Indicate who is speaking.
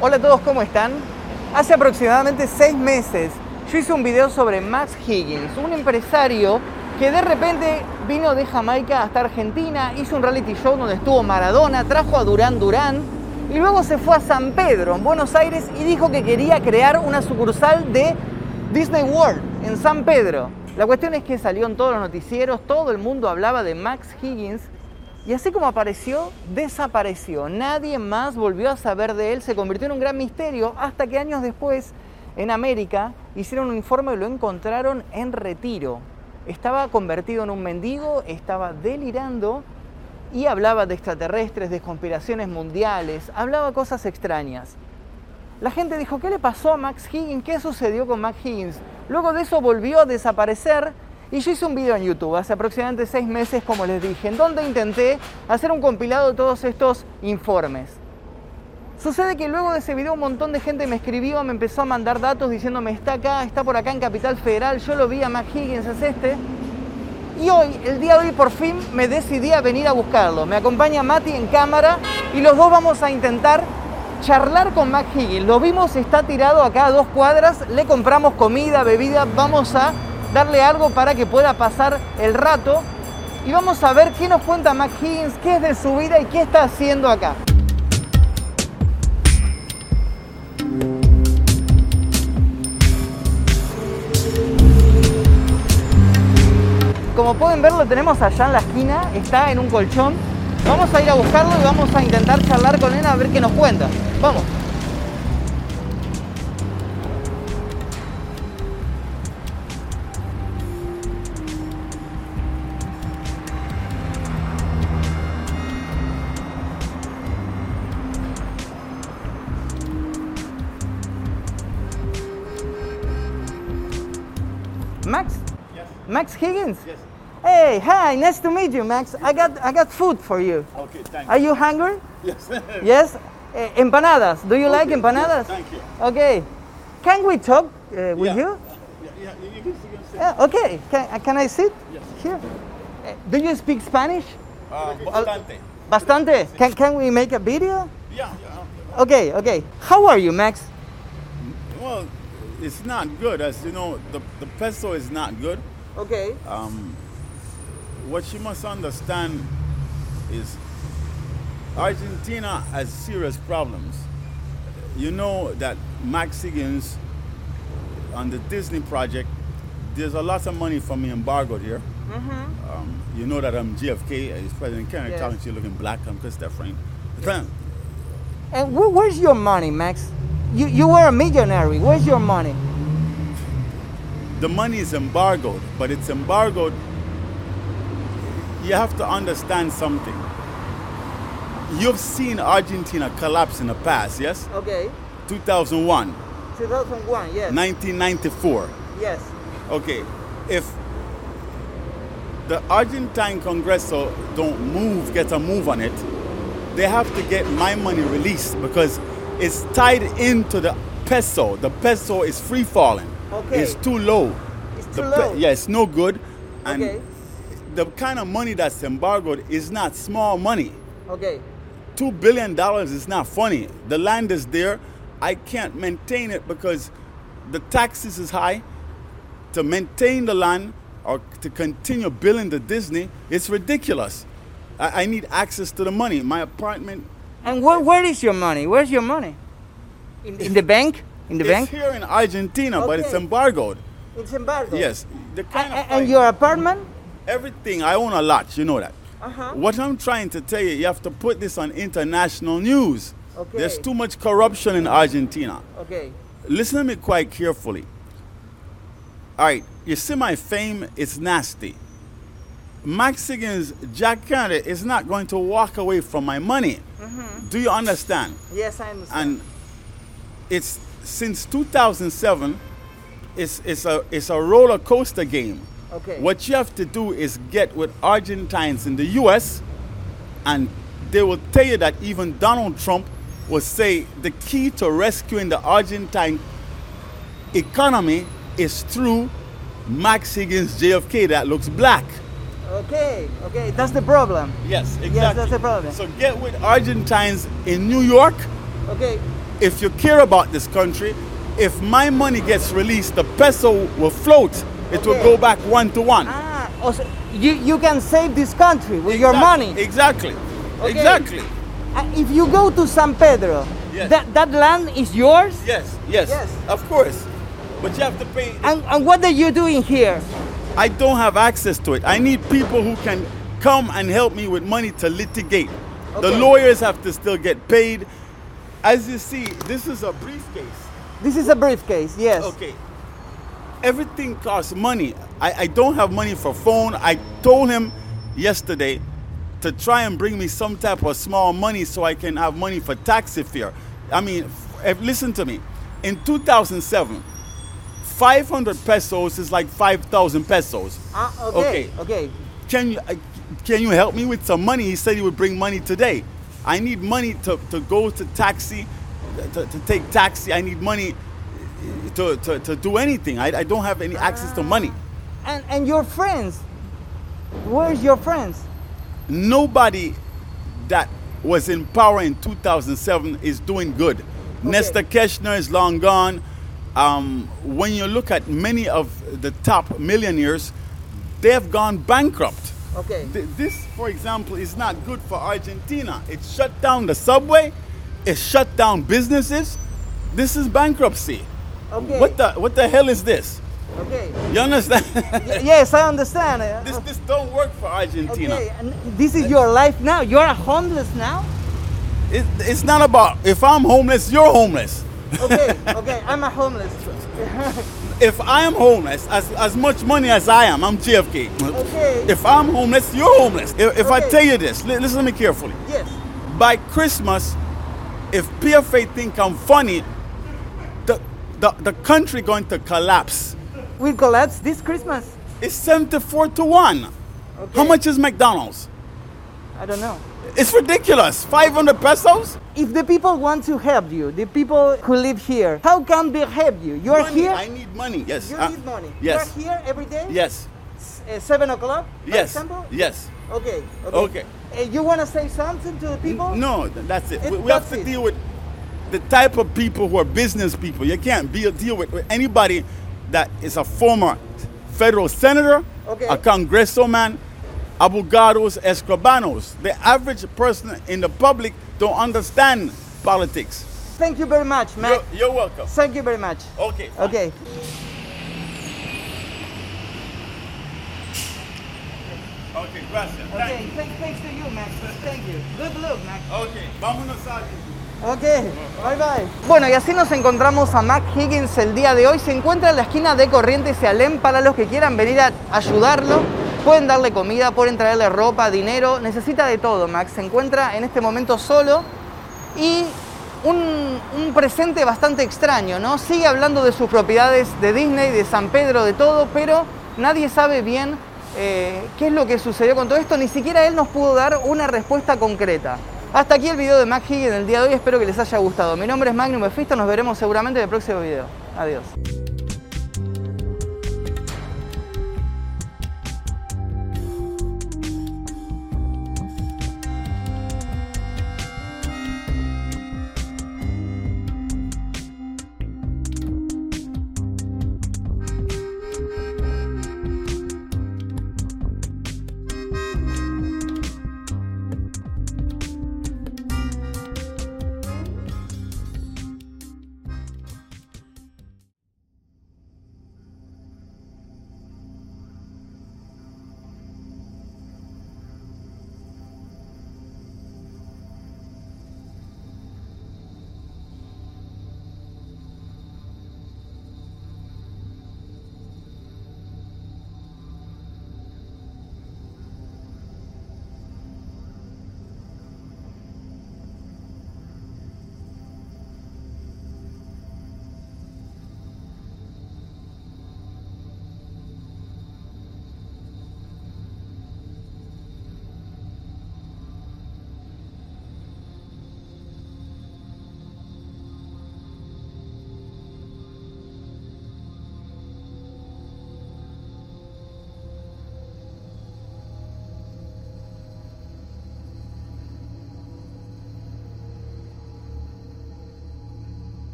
Speaker 1: Hola a todos, ¿cómo están? Hace aproximadamente seis meses yo hice un video sobre Max Higgins, un empresario que de repente vino de Jamaica hasta Argentina, hizo un reality show donde estuvo Maradona, trajo a Durán Durán y luego se fue a San Pedro, en Buenos Aires, y dijo que quería crear una sucursal de Disney World en San Pedro. La cuestión es que salió en todos los noticieros, todo el mundo hablaba de Max Higgins y así como apareció, desapareció. Nadie más volvió a saber de él. Se convirtió en un gran misterio hasta que años después, en América, hicieron un informe y lo encontraron en retiro. Estaba convertido en un mendigo, estaba delirando y hablaba de extraterrestres, de conspiraciones mundiales, hablaba cosas extrañas. La gente dijo, ¿qué le pasó a Max Higgins? ¿Qué sucedió con Max Higgins? Luego de eso volvió a desaparecer y yo hice un video en YouTube hace aproximadamente seis meses, como les dije, en donde intenté hacer un compilado de todos estos informes. Sucede que luego de ese video un montón de gente me escribió, me empezó a mandar datos diciéndome está acá, está por acá en Capital Federal, yo lo vi a Mac Higgins, es este. Y hoy, el día de hoy por fin me decidí a venir a buscarlo. Me acompaña Mati en cámara y los dos vamos a intentar charlar con Mac Higgins. Lo vimos, está tirado acá a dos cuadras, le compramos comida, bebida, vamos a darle algo para que pueda pasar el rato. Y vamos a ver qué nos cuenta Mac Higgins, qué es de su vida y qué está haciendo acá. Como pueden ver, lo tenemos allá en la esquina, está en un colchón. Vamos a ir a buscarlo y vamos a intentar charlar con él a ver qué nos cuenta. Vamos. Max?
Speaker 2: Yes.
Speaker 1: Max Higgins?
Speaker 2: Yes.
Speaker 1: Hey, hi, nice to meet you, Max. I got I got food for you.
Speaker 2: Okay, thank
Speaker 1: Are you hungry?
Speaker 2: Yes.
Speaker 1: Yes. Eh, empanadas. Do you like
Speaker 2: Okay, yes,
Speaker 1: empanadas?
Speaker 2: thank you.
Speaker 1: Okay. Can we talk uh, with
Speaker 2: Yeah.
Speaker 1: you?
Speaker 2: Yeah, yeah, you can- you can say-
Speaker 1: Yeah, okay. Can, uh, can I sit
Speaker 2: Yes.
Speaker 1: here? Eh, do you speak Spanish?
Speaker 2: Uh, bastante.
Speaker 1: Bastante. Can, can we make a video?
Speaker 2: Yeah, yeah.
Speaker 1: Okay, okay. How are you, Max?
Speaker 2: Well, it's not good. As you know, the, the peso is not good.
Speaker 1: Okay.
Speaker 2: Um, what you must understand is Argentina has serious problems. You know that Max Higgins on the Disney project, there's a lot of money from me embargoed here. Um, you know that I'm GFK, uh, is President
Speaker 1: Mm-hmm.
Speaker 2: Kennedy
Speaker 1: Yes.
Speaker 2: talking to you looking black, Um, I'm Chris Friend. Friend,
Speaker 1: And Eh, wh- where's your money, Max? You, you were a millionaire. Where's your money?
Speaker 2: the money is embargoed, but it's embargoed. You have to understand something. You've seen Argentina collapse in the past, yes?
Speaker 1: Okay.
Speaker 2: 2001,
Speaker 1: 2001, yes.
Speaker 2: 1994.
Speaker 1: Yes.
Speaker 2: Okay, if the Argentine Congreso don't move, get a move on it, they have to get my money released because it's tied into the peso. The peso is free falling.
Speaker 1: Okay.
Speaker 2: It's too low.
Speaker 1: It's
Speaker 2: The
Speaker 1: too
Speaker 2: pe-
Speaker 1: low.
Speaker 2: yeah, it's no good. And
Speaker 1: Okay.
Speaker 2: the kind of money that's embargoed is not small money.
Speaker 1: Okay.
Speaker 2: Two billion dollars is not funny. The land is there. I can't maintain it because the taxes is high. To maintain the land or to continue building the Disney, it's ridiculous. I, I need access to the money. My apartment
Speaker 1: And where, where is your money? Where's your money? In, in the bank? In the
Speaker 2: is
Speaker 1: bank?
Speaker 2: here in Argentina, but it's
Speaker 1: Okay.
Speaker 2: embargoed.
Speaker 1: It's embargo.
Speaker 2: Yes. The
Speaker 1: A- a-
Speaker 2: kind
Speaker 1: And,
Speaker 2: of fight-
Speaker 1: your apartment?
Speaker 2: everything i own a lot you know that
Speaker 1: Uh-huh.
Speaker 2: what i'm trying to tell you you have to put this on international news
Speaker 1: Okay.
Speaker 2: there's too much corruption in argentina
Speaker 1: Okay.
Speaker 2: listen to me quite carefully all right you see my fame it's nasty max higgins jack kennedy is not going to walk away from my money do you understand
Speaker 1: Yes, I understand.
Speaker 2: and it's since 2007 it's, it's a it's a roller coaster game
Speaker 1: Okay.
Speaker 2: what you have to do is get with argentines in the us and they will tell you that even donald trump will say the key to rescuing the argentine economy is through max higgins jfk that looks black
Speaker 1: okay. Okay. That's the problem.
Speaker 2: yes exactly
Speaker 1: that's the problem.
Speaker 2: so get with argentines in new york
Speaker 1: Okay.
Speaker 2: If you care about this country, if my money gets released, the peso will float. It will
Speaker 1: Okay.
Speaker 2: go back one to one.
Speaker 1: Ah, o sea, you, you can save this country with your
Speaker 2: Exact-
Speaker 1: money.
Speaker 2: Exactly.
Speaker 1: Okay.
Speaker 2: Exactly.
Speaker 1: And if you go to San Pedro,
Speaker 2: Yes.
Speaker 1: that, that land is yours?
Speaker 2: Yes, yes.
Speaker 1: Yes.
Speaker 2: Of course. But you have to pay.
Speaker 1: And, and what are you doing here?
Speaker 2: I don't have access to it. I need people who can come and help me with money to litigate. The
Speaker 1: Okay.
Speaker 2: lawyers have to still get paid. As you see, this is a briefcase.
Speaker 1: This is a briefcase, yes.
Speaker 2: Okay. Everything costs money. I, I don't have money for phone. I told him yesterday to try and bring me some type of small money so I can have money for taxi fare. I mean, if, listen to me. In 2007, 500 pesos is like 5,000 pesos.
Speaker 1: Ah, okay. Okay.
Speaker 2: Can you, uh, can you help me with some money? He said he would bring money today. I need money to, to go to taxi, to, to take taxi. I need money eh, to, to, to do anything. I, I don't have any access to money.
Speaker 1: And, and your friends? Where's your friends?
Speaker 2: Nobody that was in power in 2007 is doing good. Nesta Keshner is long gone. Um, when you look at many of the top millionaires, they have gone bankrupt.
Speaker 1: Okay.
Speaker 2: Th- This, for example, is not good for Argentina. It shut down the subway. It shut down businesses. This is bankruptcy.
Speaker 1: Okay.
Speaker 2: What the what the hell is this?
Speaker 1: Okay.
Speaker 2: You understand?
Speaker 1: Y- yes, I understand. Uh,
Speaker 2: this this don't work for Argentina.
Speaker 1: okay. And this is your life now. You're homeless now?
Speaker 2: It, it's not about if I'm homeless, you're homeless.
Speaker 1: Okay, okay. I'm a homeless.
Speaker 2: If I am homeless, as, as much money as I am, I'm JFK.
Speaker 1: Okay.
Speaker 2: If I'm homeless, you're homeless. If, if I
Speaker 1: Okay.
Speaker 2: tell you this, li- listen to me carefully.
Speaker 1: yes.
Speaker 2: by Christmas, if PFA think I'm funny, the, the, the country going to collapse.
Speaker 1: We'll collapse this Christmas.
Speaker 2: It's 74 to 1. How
Speaker 1: Okay.
Speaker 2: much is McDonald's?
Speaker 1: I don't know.
Speaker 2: It's ridiculous. 500 pesos?
Speaker 1: If the people want to help you, the people who live here, how can they help you? You're
Speaker 2: Money.
Speaker 1: here.
Speaker 2: I need money. Yes.
Speaker 1: you
Speaker 2: Uh,
Speaker 1: need money.
Speaker 2: Yes.
Speaker 1: You're here every day.
Speaker 2: Yes.
Speaker 1: S- uh, seven o'clock. For
Speaker 2: Yes.
Speaker 1: Example.
Speaker 2: Yes.
Speaker 1: Okay.
Speaker 2: Okay.
Speaker 1: Okay. Uh, you want to say something to the people?
Speaker 2: No, th- that's it.
Speaker 1: It-
Speaker 2: we we have
Speaker 1: that's
Speaker 2: to
Speaker 1: it.
Speaker 2: deal with the type of people who are business people. You can't be, deal with, with anybody that is a former federal senator,
Speaker 1: Okay.
Speaker 2: a congressman, abogados, escribanos. The average person in the public don't understand politics.
Speaker 1: Thank you very much, Mac.
Speaker 2: You're, you're welcome.
Speaker 1: Thank you very much.
Speaker 2: Okay. fine.
Speaker 1: Okay.
Speaker 2: Okay, gracias. Thank
Speaker 1: Okay.
Speaker 2: you.
Speaker 1: Thanks, thanks to you, Mac. Thank you. Good luck, Mac.
Speaker 2: Okay, vámonos a...
Speaker 1: Ok, bye bye. Bueno, y así nos encontramos a Mac Higgins el día de hoy. Se encuentra en la esquina de Corrientes y Alem. Para los que quieran venir a ayudarlo, pueden darle comida, pueden traerle ropa, dinero. Necesita de todo, Mac. Se encuentra en este momento solo y un, un presente bastante extraño, ¿no? Sigue hablando de sus propiedades de Disney, de San Pedro, de todo, pero nadie sabe bien eh, qué es lo que sucedió con todo esto, ni siquiera él nos pudo dar una respuesta concreta. Hasta aquí el video de Mac Higgins del día de hoy, espero que les haya gustado. Mi nombre es Magnum Mephisto, nos veremos seguramente en el próximo video. Adiós.